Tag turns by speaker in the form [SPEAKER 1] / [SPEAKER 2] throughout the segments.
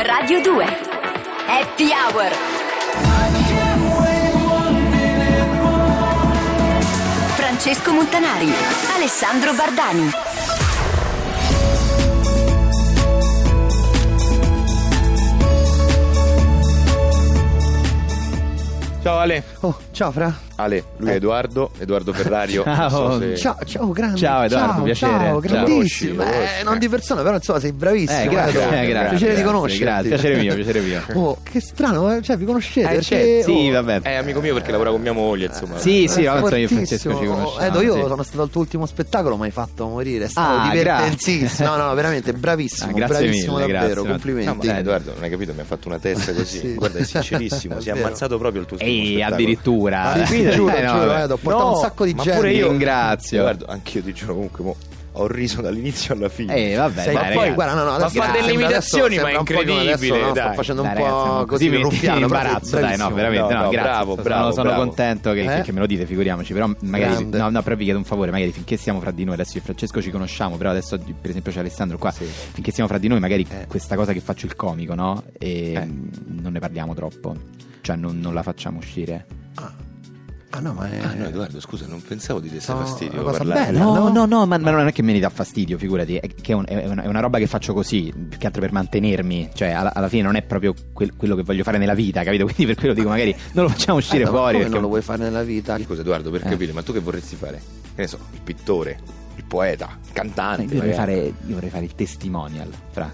[SPEAKER 1] Radio 2 Happy Hour Francesco Montanari Alessandro Bardani
[SPEAKER 2] Ciao Ale.
[SPEAKER 3] Oh, ciao Fra.
[SPEAKER 2] Ale, lui è Edoardo, Edoardo Ferrario.
[SPEAKER 4] Ciao.
[SPEAKER 2] non so se-
[SPEAKER 3] Eh. Ciao, ciao, grande.
[SPEAKER 4] Ciao, Edoardo,
[SPEAKER 3] ciao,
[SPEAKER 4] piacere.
[SPEAKER 3] Ciao,
[SPEAKER 4] Ciao.
[SPEAKER 3] grandissimo.
[SPEAKER 2] Conosci,
[SPEAKER 3] Eh,
[SPEAKER 2] conosci.
[SPEAKER 3] non di persona, però insomma sei bravissimo.
[SPEAKER 4] Eh, grazie,
[SPEAKER 3] Edoardo.
[SPEAKER 4] eh, grazie.
[SPEAKER 3] Piacere di
[SPEAKER 4] grazie,
[SPEAKER 3] conoscerti.
[SPEAKER 4] Grazie, piacere mio, piacere mio.
[SPEAKER 3] Oh, che strano, eh, cioè vi conoscete?
[SPEAKER 2] Eh,
[SPEAKER 3] perché,
[SPEAKER 2] certo.
[SPEAKER 3] oh,
[SPEAKER 4] Sì, vabbè.
[SPEAKER 2] È amico mio perché lavora con mia moglie, insomma.
[SPEAKER 4] Sì, sì,
[SPEAKER 3] eh,
[SPEAKER 4] vabbè, insomma, io e
[SPEAKER 3] fortissimo.
[SPEAKER 4] Francesco ci
[SPEAKER 3] Oh,
[SPEAKER 4] conosciamo.
[SPEAKER 3] Edo, io
[SPEAKER 4] sì.
[SPEAKER 3] sono stato al tuo ultimo spettacolo, mi hai fatto morire. È stato
[SPEAKER 4] Ah,
[SPEAKER 3] divertentissimo.
[SPEAKER 4] grazie.
[SPEAKER 3] No, no, no, veramente bravissimo.
[SPEAKER 4] Ah, grazie
[SPEAKER 3] bravissimo
[SPEAKER 4] mille,
[SPEAKER 3] davvero.
[SPEAKER 4] grazie.
[SPEAKER 2] No,
[SPEAKER 3] Complimenti.
[SPEAKER 2] ma eh, Edoardo, non hai capito, mi ha fatto una testa così.
[SPEAKER 3] Sì.
[SPEAKER 2] Guarda, è sincerissimo, si è
[SPEAKER 3] È vero.
[SPEAKER 2] ammazzato proprio il tuo ultimo
[SPEAKER 4] Ehi,
[SPEAKER 2] spettacolo.
[SPEAKER 4] addirittura.
[SPEAKER 3] Ah, sì, giuro,
[SPEAKER 4] Eh, no,
[SPEAKER 3] giuro,
[SPEAKER 4] vabbè.
[SPEAKER 3] Edo, ho portato
[SPEAKER 2] No,
[SPEAKER 3] un sacco di
[SPEAKER 2] ma
[SPEAKER 3] gente.
[SPEAKER 2] pure io
[SPEAKER 4] Ringrazio.
[SPEAKER 2] Guarda, anch'io ti giuro comunque mo, ho riso dall'inizio alla fine.
[SPEAKER 4] Eh, vabbè,
[SPEAKER 3] Sei-
[SPEAKER 4] dai,
[SPEAKER 3] ma poi,
[SPEAKER 4] ragazzi.
[SPEAKER 3] guarda, no, no,
[SPEAKER 2] Ma
[SPEAKER 3] adesso
[SPEAKER 2] fa
[SPEAKER 3] sembra-
[SPEAKER 2] delle
[SPEAKER 3] adesso
[SPEAKER 2] imitazioni, ma
[SPEAKER 3] sembra un po' come adesso,
[SPEAKER 2] incredibile,
[SPEAKER 3] no? Sto
[SPEAKER 2] dai.
[SPEAKER 3] facendo un
[SPEAKER 4] Dai, ragazzi,
[SPEAKER 3] po' così
[SPEAKER 4] mi
[SPEAKER 3] ruffiano. però sei
[SPEAKER 4] imbarazzo, dai, no,
[SPEAKER 3] bravissimo.
[SPEAKER 4] veramente, no,
[SPEAKER 2] No, no,
[SPEAKER 4] grazie.
[SPEAKER 2] bravo,
[SPEAKER 4] sono,
[SPEAKER 2] bravo,
[SPEAKER 4] sono
[SPEAKER 2] bravo.
[SPEAKER 4] contento che,
[SPEAKER 3] Eh?
[SPEAKER 4] che- che me lo dite, figuriamoci, però magari
[SPEAKER 3] Grande.
[SPEAKER 4] no, no, però vi chiedo un favore, magari finché siamo fra di noi, adesso io e Francesco ci conosciamo, però adesso per esempio c'è Alessandro qua, finché siamo fra di noi, magari
[SPEAKER 3] Eh.
[SPEAKER 4] questa cosa che faccio il comico, no? E
[SPEAKER 2] Eh.
[SPEAKER 4] mh, non ne parliamo troppo. Cioè non, non la facciamo uscire.
[SPEAKER 3] Ah, no, ma è.
[SPEAKER 2] Ah, no, Edoardo, scusa, non pensavo di desse
[SPEAKER 3] No,
[SPEAKER 2] fastidio
[SPEAKER 3] una cosa
[SPEAKER 2] parlare.
[SPEAKER 3] bella. No,
[SPEAKER 4] no, no, no, ma, ma non è che me ne dà fastidio, figurati. È, che è, un- è una, è una roba che faccio così, più che altro per mantenermi. Cioè, alla, alla fine non è proprio quel- quello che voglio fare nella vita, capito? Quindi per quello dico, magari non lo facciamo uscire
[SPEAKER 3] Eh, ma
[SPEAKER 4] fuori.
[SPEAKER 3] come
[SPEAKER 4] perché-
[SPEAKER 3] non lo vuoi fare nella vita?
[SPEAKER 2] Scusa Edoardo, per
[SPEAKER 4] Eh.
[SPEAKER 2] capire, ma tu che vorresti fare? Che ne so, il pittore, il poeta, il cantante.
[SPEAKER 4] Io vorrei,
[SPEAKER 2] magari.
[SPEAKER 4] fare, io vorrei fare il testimonial, fra.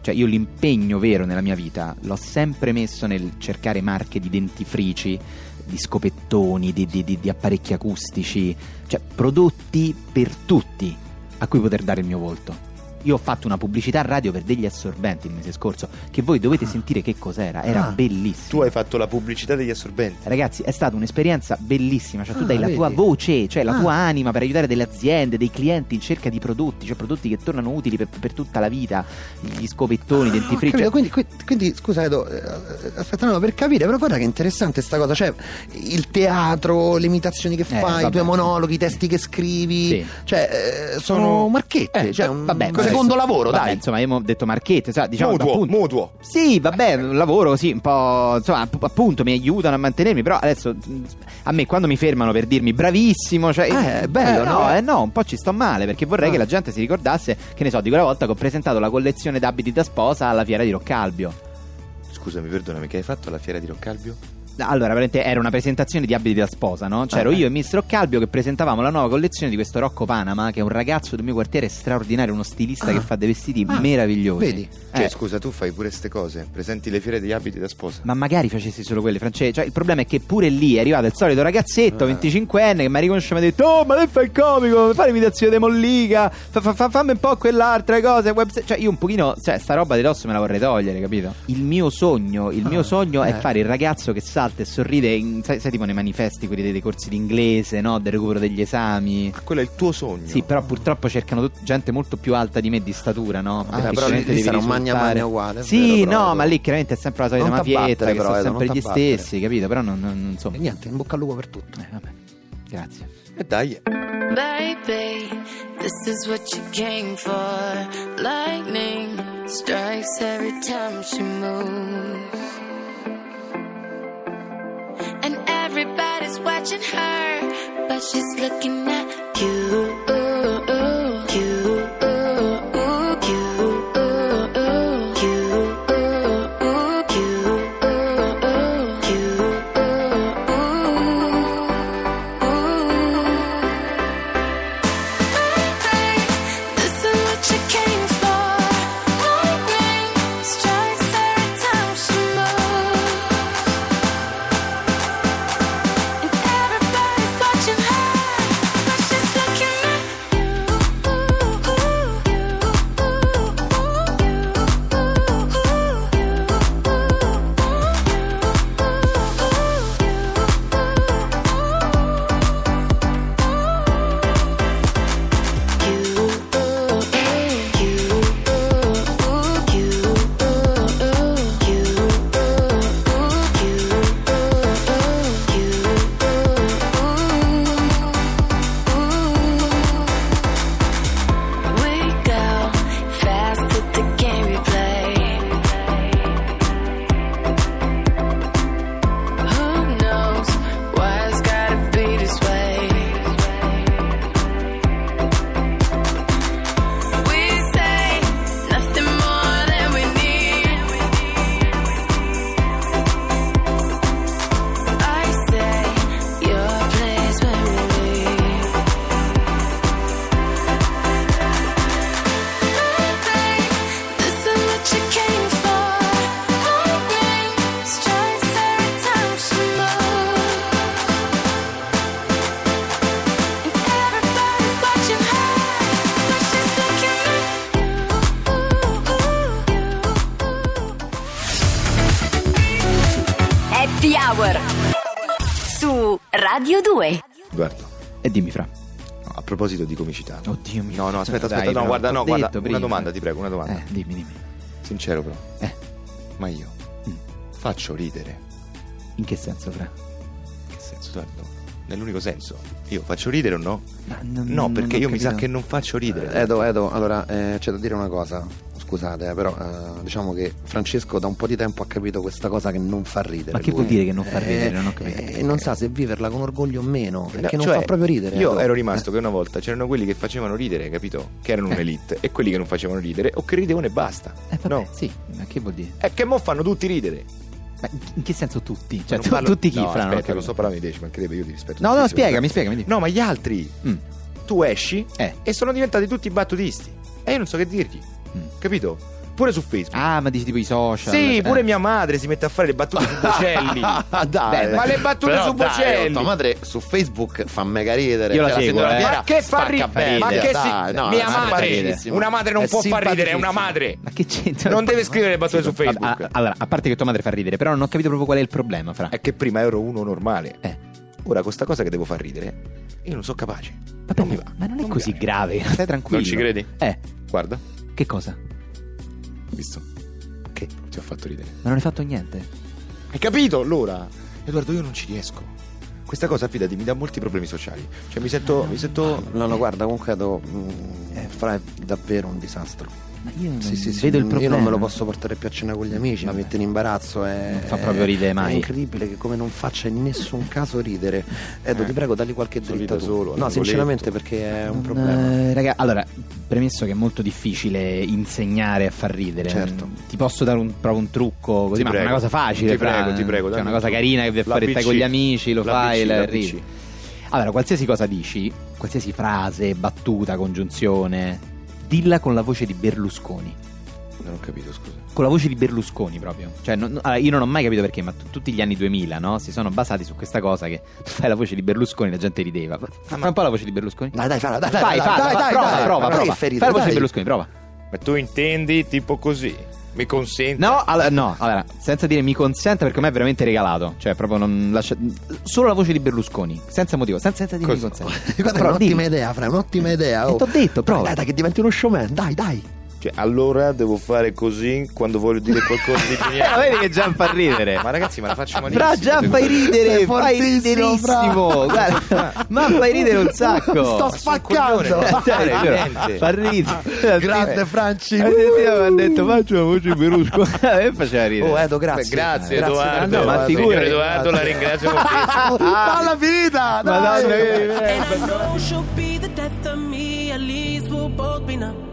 [SPEAKER 4] Cioè, io l'impegno vero nella mia vita l'ho sempre messo nel cercare marche di dentifrici, di scopettoni, di, di- di- di apparecchi acustici, cioè prodotti per tutti a cui poter dare il mio volto. Io ho fatto una pubblicità a radio per degli assorbenti il mese scorso, che voi dovete sentire che cos'era, era
[SPEAKER 3] Ah.
[SPEAKER 4] bellissimo.
[SPEAKER 2] Ah. Tu hai fatto la pubblicità degli assorbenti.
[SPEAKER 4] Ragazzi, è stata un'esperienza bellissima. Cioè, tu
[SPEAKER 3] Ah,
[SPEAKER 4] dai la
[SPEAKER 3] vedi?
[SPEAKER 4] tua voce, cioè la
[SPEAKER 3] Ah.
[SPEAKER 4] tua anima per aiutare delle aziende, dei clienti in cerca di prodotti, cioè prodotti che tornano utili per, per tutta la vita. Gli scopettoni, i
[SPEAKER 3] Ah, ho
[SPEAKER 4] dentifrici.
[SPEAKER 3] capito, quindi, qui- quindi, scusa Edo, eh, aspetta no, per capire, però guarda che interessante sta cosa, cioè il teatro, le imitazioni che fai, i
[SPEAKER 4] vabbè.
[SPEAKER 3] tuoi monologhi, i testi che scrivi,
[SPEAKER 4] Sì.
[SPEAKER 3] cioè eh, sono marchette,
[SPEAKER 4] Eh,
[SPEAKER 3] cioè un
[SPEAKER 4] vabbè, ma
[SPEAKER 3] secondo
[SPEAKER 4] adesso-
[SPEAKER 3] lavoro,
[SPEAKER 4] vabbè,
[SPEAKER 3] dai.
[SPEAKER 4] Insomma, abbiamo detto marchette, cioè, diciamo
[SPEAKER 2] mutuo,
[SPEAKER 4] appunto-
[SPEAKER 2] mutuo.
[SPEAKER 4] Sì, vabbè, un lavoro sì, un po'. Insomma, app- appunto, mi aiutano a mantenermi. Però adesso mh, a me quando mi fermano per dirmi bravissimo, cioè.
[SPEAKER 3] Eh, è bello,
[SPEAKER 4] eh, no?
[SPEAKER 3] no?
[SPEAKER 4] eh, no, un po' ci sto male perché vorrei
[SPEAKER 3] Ah.
[SPEAKER 4] che la gente si ricordasse, che ne so, di quella volta che ho presentato la collezione d'abiti da sposa alla fiera di Roccalbio.
[SPEAKER 2] Scusami, perdonami, che hai fatto alla fiera di Roccalbio?
[SPEAKER 4] Allora, veramente era una presentazione di abiti da sposa, no? C'ero
[SPEAKER 3] Ah.
[SPEAKER 4] io e Mister Calbio che presentavamo la nuova collezione di questo Rocco Panama, che è un ragazzo del mio quartiere straordinario, uno stilista
[SPEAKER 3] Ah.
[SPEAKER 4] che fa dei vestiti
[SPEAKER 3] Ah,
[SPEAKER 4] meravigliosi.
[SPEAKER 3] vedi?
[SPEAKER 4] Eh,
[SPEAKER 2] Cioè, scusa, tu fai pure queste cose, presenti le fiere degli abiti da sposa.
[SPEAKER 4] ma magari facessi solo quelle, Francesco. Cioè, il problema è che pure lì è arrivato il solito
[SPEAKER 3] Eh.
[SPEAKER 4] ragazzetto, 25enne, che mi ha riconosciuto e mi ha detto: Oh, ma lei fa il comico, fa l'imitazione di Mollica, fa- fa- fa- fammi un po' quell'altra cosa. website." Cioè, io un pochino, cioè, sta roba di dosso me la vorrei togliere, capito? Il mio sogno, il mio
[SPEAKER 3] Ah,
[SPEAKER 4] sogno è
[SPEAKER 3] eh.
[SPEAKER 4] fare il ragazzo che salta e sorride, in- sai, sai, tipo nei manifesti, quelli dei, dei corsi d'inglese, no? Del recupero degli esami.
[SPEAKER 2] Ah, quello è il tuo sogno.
[SPEAKER 4] Sì, però purtroppo cercano tut- gente molto più alta di me di statura, no?
[SPEAKER 3] Ah, però
[SPEAKER 4] chiaramente
[SPEAKER 3] lì
[SPEAKER 4] devi
[SPEAKER 3] sarà un magna
[SPEAKER 4] risultare-
[SPEAKER 3] magna uguale, è
[SPEAKER 4] Sì,
[SPEAKER 3] vero, però,
[SPEAKER 4] no,
[SPEAKER 3] Edo.
[SPEAKER 4] ma lì chiaramente è sempre la solita
[SPEAKER 3] Non
[SPEAKER 4] mafietta,
[SPEAKER 3] t'abbattere,
[SPEAKER 4] che
[SPEAKER 3] però,
[SPEAKER 2] eh,
[SPEAKER 4] sono
[SPEAKER 3] Edo,
[SPEAKER 4] sempre
[SPEAKER 3] non
[SPEAKER 4] gli
[SPEAKER 3] t'abbattere.
[SPEAKER 4] stessi, capito? Però non, non- non- insomma.
[SPEAKER 3] E niente, in bocca al lupo per tutto.
[SPEAKER 4] Eh, vabbè. Grazie.
[SPEAKER 2] E Eh, dai.
[SPEAKER 5] Baby, this is what you came for. Lightning strikes every time she moves. And everybody's watching her, but she's looking at you. You, you, you, you, you. This is what you came for. Lightning strikes every time she moves, and everybody's watching her, but she's looking at
[SPEAKER 1] Hour su Radio 2.
[SPEAKER 2] Guarda.
[SPEAKER 4] E dimmi, Fra.
[SPEAKER 2] No, a proposito di comicità.
[SPEAKER 4] Oddio mio.
[SPEAKER 2] No, no, aspetta,
[SPEAKER 4] Dai,
[SPEAKER 2] aspetta,
[SPEAKER 4] Fra,
[SPEAKER 2] no, guarda,
[SPEAKER 4] t'ho
[SPEAKER 2] no, guarda,
[SPEAKER 4] detto
[SPEAKER 2] una
[SPEAKER 4] prima.
[SPEAKER 2] domanda, ti prego, una domanda.
[SPEAKER 4] Eh, dimmi, dimmi.
[SPEAKER 2] Sincero però.
[SPEAKER 4] Eh,
[SPEAKER 2] Ma io
[SPEAKER 4] Mm.
[SPEAKER 2] faccio ridere.
[SPEAKER 4] in che senso, Fra?
[SPEAKER 2] Che senso? Guarda, Nell'unico senso. Io faccio ridere o no?
[SPEAKER 4] Ma non-
[SPEAKER 2] no,
[SPEAKER 4] non-
[SPEAKER 2] perché
[SPEAKER 4] non ho
[SPEAKER 2] io mi sa
[SPEAKER 4] capito.
[SPEAKER 2] che non faccio ridere.
[SPEAKER 3] Eh, Edo, Edo, allora eh, c'è da dire una cosa, scusate, eh, però eh, diciamo che Francesco da un po' di tempo ha capito questa cosa che non fa ridere.
[SPEAKER 4] Ma che
[SPEAKER 3] lui.
[SPEAKER 4] vuol dire che non fa ridere?
[SPEAKER 3] Eh,
[SPEAKER 4] Non ho capito.
[SPEAKER 3] eh, non Eh, sa se viverla con orgoglio o meno,
[SPEAKER 2] No,
[SPEAKER 3] perché non
[SPEAKER 2] cioè,
[SPEAKER 3] fa proprio ridere.
[SPEAKER 2] Io
[SPEAKER 3] Edo.
[SPEAKER 2] ero rimasto
[SPEAKER 4] Eh.
[SPEAKER 2] che una volta c'erano quelli che facevano ridere, capito? Che erano un'elite e quelli che non facevano ridere o che ridevano e basta.
[SPEAKER 4] Eh, vabbè,
[SPEAKER 2] no.
[SPEAKER 4] sì, ma che vuol dire?
[SPEAKER 2] È che mo fanno tutti ridere.
[SPEAKER 4] Ma in che senso tutti? Cioè,
[SPEAKER 2] Non
[SPEAKER 4] tu-
[SPEAKER 2] parlo-
[SPEAKER 4] tutti chi,
[SPEAKER 2] no,
[SPEAKER 4] Fra?
[SPEAKER 2] Aspetta,
[SPEAKER 4] Non ho
[SPEAKER 2] non
[SPEAKER 4] capito.
[SPEAKER 2] sto parlando di te, ci mancherebbe, io ti rispetto.
[SPEAKER 4] No, no,
[SPEAKER 2] tantissimo.
[SPEAKER 4] spiegami, spiegami. dimmi.
[SPEAKER 2] No, ma gli altri.
[SPEAKER 4] Mm,
[SPEAKER 2] Tu esci
[SPEAKER 4] eh.
[SPEAKER 2] e sono diventati tutti battutisti. E io non so che dirgli.
[SPEAKER 4] Mm.
[SPEAKER 2] Capito? Pure su Facebook.
[SPEAKER 4] Ah, ma dici tipo i social.
[SPEAKER 2] sì,
[SPEAKER 4] eh.
[SPEAKER 2] pure mia madre si mette a fare le battute su Bocelli.
[SPEAKER 3] Ah, dai,
[SPEAKER 4] Beh,
[SPEAKER 2] ma le battute
[SPEAKER 3] Però
[SPEAKER 2] su
[SPEAKER 3] dai,
[SPEAKER 2] Bocelli.
[SPEAKER 3] oh, tua madre su Facebook fa mega ridere.
[SPEAKER 4] Io la
[SPEAKER 3] Cioè,
[SPEAKER 4] seguo,
[SPEAKER 3] sento
[SPEAKER 4] eh.
[SPEAKER 3] fiera,
[SPEAKER 2] Ma che fa
[SPEAKER 3] spacca
[SPEAKER 2] ridere?
[SPEAKER 3] pelle,
[SPEAKER 2] Ma che si...
[SPEAKER 3] dai, no,
[SPEAKER 2] mia
[SPEAKER 3] è
[SPEAKER 2] madre,
[SPEAKER 3] simpaticissimo.
[SPEAKER 2] una madre non
[SPEAKER 3] È
[SPEAKER 2] può far ridere, è una
[SPEAKER 3] simpaticissimo.
[SPEAKER 2] madre.
[SPEAKER 4] Ma che c'entra?
[SPEAKER 2] Non deve scrivere le battute su Facebook.
[SPEAKER 4] Ah, ah, Allora, a parte che tua madre fa ridere, però non ho capito proprio qual è il problema, Fra.
[SPEAKER 2] È che prima ero uno normale.
[SPEAKER 4] Eh.
[SPEAKER 2] Ora con sta cosa che devo far ridere, io non sono capace.
[SPEAKER 4] Vabbè,
[SPEAKER 2] non mi va.
[SPEAKER 4] Ma non è
[SPEAKER 2] mi
[SPEAKER 4] così
[SPEAKER 2] piace.
[SPEAKER 4] grave, stai tranquillo.
[SPEAKER 2] Non ci credi?
[SPEAKER 4] Eh,
[SPEAKER 2] Guarda,
[SPEAKER 4] che cosa?
[SPEAKER 2] visto? Che ti ho fatto ridere.
[SPEAKER 4] Ma non hai fatto niente?
[SPEAKER 2] Hai capito allora? Edoardo, io non ci riesco. Questa cosa, fidati, mi dà molti problemi sociali. Cioè, mi sento. Mi sento...
[SPEAKER 3] No, no, guarda, comunque Edo, mm, eh, Fra è davvero un disastro.
[SPEAKER 4] Ma io
[SPEAKER 3] Sì, sì, sì,
[SPEAKER 4] vedo il
[SPEAKER 3] mm,
[SPEAKER 4] problema.
[SPEAKER 3] Io non me lo posso portare più a cena con gli amici, mi mette in imbarazzo. È,
[SPEAKER 4] Non fa proprio ridere mai.
[SPEAKER 3] È incredibile che come non faccia in nessun caso ridere. Edo, ti prego, dagli qualche
[SPEAKER 2] Sono lì
[SPEAKER 3] dritta
[SPEAKER 2] da
[SPEAKER 3] tu.
[SPEAKER 2] solo,
[SPEAKER 3] no,
[SPEAKER 2] al
[SPEAKER 3] sinceramente, perché è un
[SPEAKER 4] Non,
[SPEAKER 3] problema.
[SPEAKER 4] eh, raga, allora, premesso che è molto difficile insegnare a far ridere,
[SPEAKER 3] Certo.
[SPEAKER 4] mm, ti posso dare un, proprio un trucco così,
[SPEAKER 2] Ti
[SPEAKER 4] ma è
[SPEAKER 2] prego.
[SPEAKER 4] una cosa facile,
[SPEAKER 2] Ti
[SPEAKER 4] fra,
[SPEAKER 2] prego, ti prego,
[SPEAKER 4] cioè,
[SPEAKER 2] dammi
[SPEAKER 4] una
[SPEAKER 2] un
[SPEAKER 4] cosa
[SPEAKER 2] trucco.
[SPEAKER 4] carina che devi
[SPEAKER 2] La
[SPEAKER 4] fare, stai
[SPEAKER 2] PC,
[SPEAKER 4] con gli amici, lo
[SPEAKER 2] la
[SPEAKER 4] fai e
[SPEAKER 2] PC,
[SPEAKER 4] la
[SPEAKER 2] la
[SPEAKER 4] ridi.
[SPEAKER 2] PC.
[SPEAKER 4] Allora, qualsiasi cosa dici, qualsiasi frase, battuta, congiunzione, dilla con la voce di Berlusconi.
[SPEAKER 2] Non ho capito, scusa.
[SPEAKER 4] Con la voce di Berlusconi proprio. Cioè, non- allora, io non ho mai capito perché, ma t- tutti gli anni 2000, no? Si sono basati su questa cosa che tu fai la voce di Berlusconi, la gente rideva. Fa- Fa un po' la voce di Berlusconi.
[SPEAKER 3] Dai, dai, falla, dai, dai,
[SPEAKER 4] Fai,
[SPEAKER 3] dai,
[SPEAKER 4] falla,
[SPEAKER 3] dai,
[SPEAKER 4] fa-
[SPEAKER 3] dai,
[SPEAKER 4] prova,
[SPEAKER 3] dai,
[SPEAKER 4] prova,
[SPEAKER 3] dai,
[SPEAKER 4] prova.
[SPEAKER 3] che ferite,
[SPEAKER 4] Fai la voce di
[SPEAKER 3] dai.
[SPEAKER 4] Berlusconi, prova.
[SPEAKER 2] Ma tu intendi tipo così? Mi consenti?
[SPEAKER 4] No, allora, no, allora, senza dire mi consente perché a me è veramente regalato. Cioè, proprio non lascia... Solo la voce di Berlusconi, senza motivo, sen- senza dire
[SPEAKER 2] Cosa?
[SPEAKER 4] mi
[SPEAKER 3] Guarda,
[SPEAKER 4] consente.
[SPEAKER 3] è
[SPEAKER 4] Prova,
[SPEAKER 3] un'ottima
[SPEAKER 4] dillo.
[SPEAKER 3] idea, Fra, è un'ottima idea.
[SPEAKER 4] Eh,
[SPEAKER 3] oh.
[SPEAKER 4] t'ho detto, prova.
[SPEAKER 3] Dai, dai, che diventi uno showman, dai, dai.
[SPEAKER 2] Cioè, allora devo fare così quando voglio dire qualcosa di
[SPEAKER 4] Ah,
[SPEAKER 2] geniale.
[SPEAKER 4] vedi che Gian fa ridere.
[SPEAKER 2] Ma ragazzi, ma la faccio malissimo.
[SPEAKER 4] Fra Gian fai
[SPEAKER 2] queste cose.
[SPEAKER 4] ridere,
[SPEAKER 3] Sei
[SPEAKER 4] fai
[SPEAKER 3] fortissimo, Fra.
[SPEAKER 4] riderissimo. Guarda, ma fai ridere un sacco.
[SPEAKER 3] Sto spaccando.
[SPEAKER 2] coglione.
[SPEAKER 4] Dai,
[SPEAKER 2] Fa
[SPEAKER 4] giuro,
[SPEAKER 2] niente.
[SPEAKER 4] fa ridere.
[SPEAKER 3] Grande Franci.
[SPEAKER 4] Eh, sì, sì, mi ha detto faccio la voce di Berlusconi e faceva ridere.
[SPEAKER 3] Oh, Edo, grazie.
[SPEAKER 2] Beh, grazie, Edoardo.
[SPEAKER 4] no, ma
[SPEAKER 2] Signor
[SPEAKER 4] figurati.
[SPEAKER 2] Edoardo, la ringrazio moltissimo.
[SPEAKER 4] Ah.
[SPEAKER 3] Alla finita, oh, dai.
[SPEAKER 4] Madonna, eh, che-
[SPEAKER 6] And I know she'll be the death of me, at least we'll both be numb.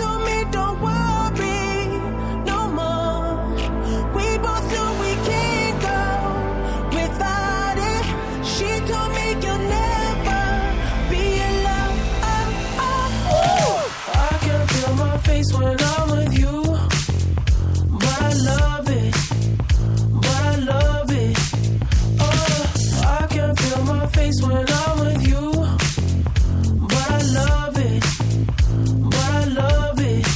[SPEAKER 6] told me don't worry no more. We both knew we can't go without it. She told me you'll never be alone. I can feel my face when I'm with you. But I love it. But I love it. Oh, I can feel my face when I'm with you. But I love it. But I love it.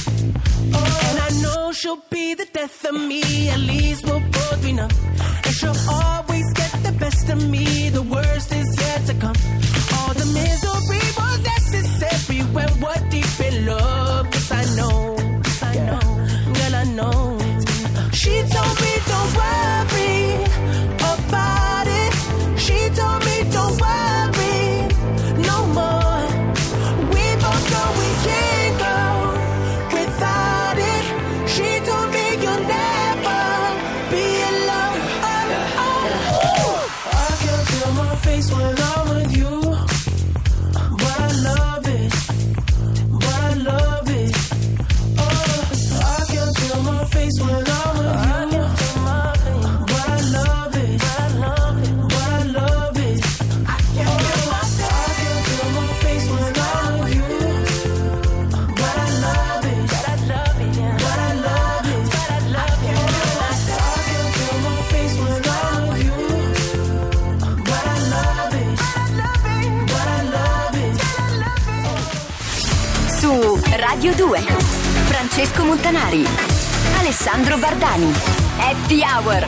[SPEAKER 6] And I know she'll be the death of me. At least we'll both be numb. And she'll always get the best of me. The worst is yet to come. All the misery was necessary. When we're deep in love, yes I know, yes I know, girl I know. She told me don't worry about it. She told me don't worry no more. We both know we can't go without it. She told me you'll never be Oh, alone. I can feel my face when I'm with you, Oh,
[SPEAKER 1] Radio 2. Francesco Montanari. Alessandro Bardani. Happy Hour.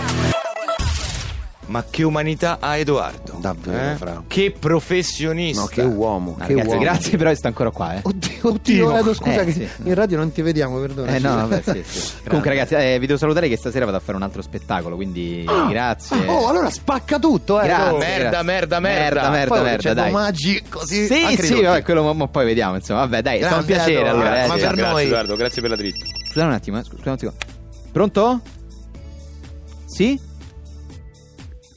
[SPEAKER 2] Ma che umanità ha Edoardo? Eh?
[SPEAKER 3] Davvero, Fra.
[SPEAKER 2] Che professionista.
[SPEAKER 3] No, che uomo.
[SPEAKER 4] Ah,
[SPEAKER 3] che
[SPEAKER 4] ragazzi,
[SPEAKER 3] uomo.
[SPEAKER 4] grazie, però sta ancora qua. Eh.
[SPEAKER 3] Oddio, oddio, Edo, scusa,
[SPEAKER 4] Eh,
[SPEAKER 3] che
[SPEAKER 4] sì.
[SPEAKER 3] in radio non ti vediamo, perdona.
[SPEAKER 4] Eh, no, vabbè, sì, sì. Comunque, ragazzi, eh, vi devo salutare che stasera vado a fare un altro spettacolo. Quindi, grazie.
[SPEAKER 3] Ah, oh, allora spacca tutto, eh.
[SPEAKER 4] Grazie,
[SPEAKER 3] Edo.
[SPEAKER 2] merda,
[SPEAKER 4] grazie.
[SPEAKER 2] merda,
[SPEAKER 4] merda,
[SPEAKER 2] merda.
[SPEAKER 4] merda,
[SPEAKER 3] Poi
[SPEAKER 4] merda,
[SPEAKER 3] c'è
[SPEAKER 4] dai.
[SPEAKER 3] Domaggi così.
[SPEAKER 4] Sì,
[SPEAKER 3] anche
[SPEAKER 4] sì,
[SPEAKER 3] io.
[SPEAKER 4] vabbè, quello mo- mo poi vediamo, insomma. Vabbè, dai, è stato un
[SPEAKER 3] Grande,
[SPEAKER 4] piacere
[SPEAKER 3] Edo,
[SPEAKER 4] allora. eh,
[SPEAKER 3] ma
[SPEAKER 4] sì.
[SPEAKER 3] per
[SPEAKER 7] grazie
[SPEAKER 3] noi.
[SPEAKER 7] Edoardo, grazie per la dritta.
[SPEAKER 4] Scusate un attimo, eh, scusate un attimo. Pronto? Sì?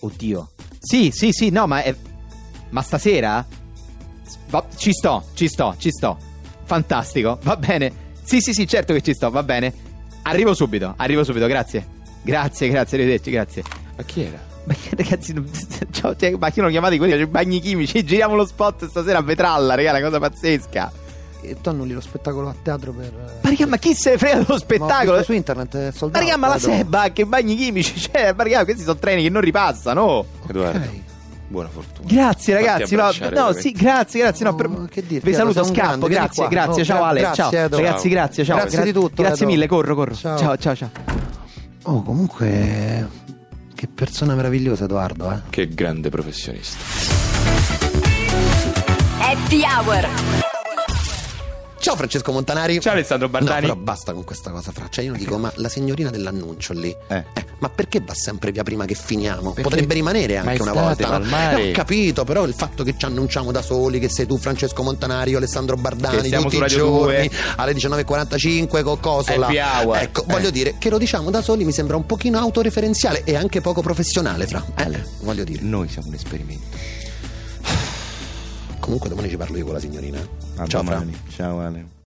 [SPEAKER 4] Oddio. Sì, sì, sì, no, ma è... Ma stasera? S- va- Ci sto, ci sto, ci sto. Fantastico, va bene. Sì, sì, sì, certo che ci sto, va bene. Arrivo subito, arrivo subito, grazie. Grazie, grazie, arrivederci, grazie.
[SPEAKER 2] Ma chi era?
[SPEAKER 4] Ma che ragazzi, non- cioè, cioè, ma chi non chiamate quelli cioè, bagni chimici? Giriamo lo spot stasera a vetralla, raga, è una cosa pazzesca.
[SPEAKER 3] E tu annulli lo spettacolo a teatro per.
[SPEAKER 4] Ma raga, ma chi se ne frega dello
[SPEAKER 3] Ma ho
[SPEAKER 4] spettacolo? eh.
[SPEAKER 3] visto su internet eh, è sold
[SPEAKER 4] Ma raga,
[SPEAKER 3] out,
[SPEAKER 4] ma la
[SPEAKER 3] Edo.
[SPEAKER 4] Seba che bagni chimici? Cioè, ma raga, questi sono treni che non ripassano.
[SPEAKER 7] Edoardo,
[SPEAKER 3] Ok.
[SPEAKER 7] buona fortuna. Fatti
[SPEAKER 4] Grazie ragazzi, no,
[SPEAKER 7] abbracciare,
[SPEAKER 4] no,
[SPEAKER 7] veramente.
[SPEAKER 4] sì, grazie, grazie, no, per-
[SPEAKER 3] Oh, che dire,
[SPEAKER 4] vi
[SPEAKER 3] Edo,
[SPEAKER 4] saluto,
[SPEAKER 3] sei un
[SPEAKER 4] scappo,
[SPEAKER 3] grande, vieni
[SPEAKER 4] grazie,
[SPEAKER 3] qua.
[SPEAKER 4] grazie,
[SPEAKER 3] Oh,
[SPEAKER 4] ciao
[SPEAKER 3] gra-
[SPEAKER 4] Ale,
[SPEAKER 3] grazie,
[SPEAKER 4] ciao,
[SPEAKER 3] Edo.
[SPEAKER 4] ragazzi, grazie, ciao,
[SPEAKER 3] Grazie di tutto,
[SPEAKER 4] grazie
[SPEAKER 3] Edo.
[SPEAKER 4] mille, corro, corro,
[SPEAKER 3] Ciao.
[SPEAKER 4] ciao, ciao, ciao.
[SPEAKER 3] Oh, comunque. Che persona meravigliosa, Edoardo, eh.
[SPEAKER 7] Che grande professionista.
[SPEAKER 1] Happy Hour.
[SPEAKER 3] Ciao Francesco Montanari.
[SPEAKER 7] Ciao Alessandro Bardani.
[SPEAKER 8] No, però basta con questa cosa, Fra. Cioè, io dico, ma la signorina dell'annuncio lì,
[SPEAKER 4] Eh.
[SPEAKER 8] eh, ma perché va sempre via prima che finiamo?
[SPEAKER 2] Perché-
[SPEAKER 8] Potrebbe rimanere
[SPEAKER 2] Ma è
[SPEAKER 8] anche una
[SPEAKER 2] estate,
[SPEAKER 8] volta. no?
[SPEAKER 2] Palmari.
[SPEAKER 8] Eh, ho capito, però il fatto che ci annunciamo da soli, che sei tu, Francesco Montanari, io, Alessandro
[SPEAKER 7] Che
[SPEAKER 8] Bardani,
[SPEAKER 7] siamo
[SPEAKER 8] tutti
[SPEAKER 7] su
[SPEAKER 8] i
[SPEAKER 7] Radio
[SPEAKER 8] giorni
[SPEAKER 7] 2.
[SPEAKER 8] alle 19.45 con Cosola.
[SPEAKER 7] Happy hour. Eh.
[SPEAKER 8] Ecco, voglio dire che lo diciamo da soli mi sembra un pochino autoreferenziale e anche poco professionale, Fra. Eh, voglio dire.
[SPEAKER 7] Noi siamo un esperimento.
[SPEAKER 8] Comunque domani ci parlo io con la signorina. Ciao, Fra.
[SPEAKER 7] Ciao Ale.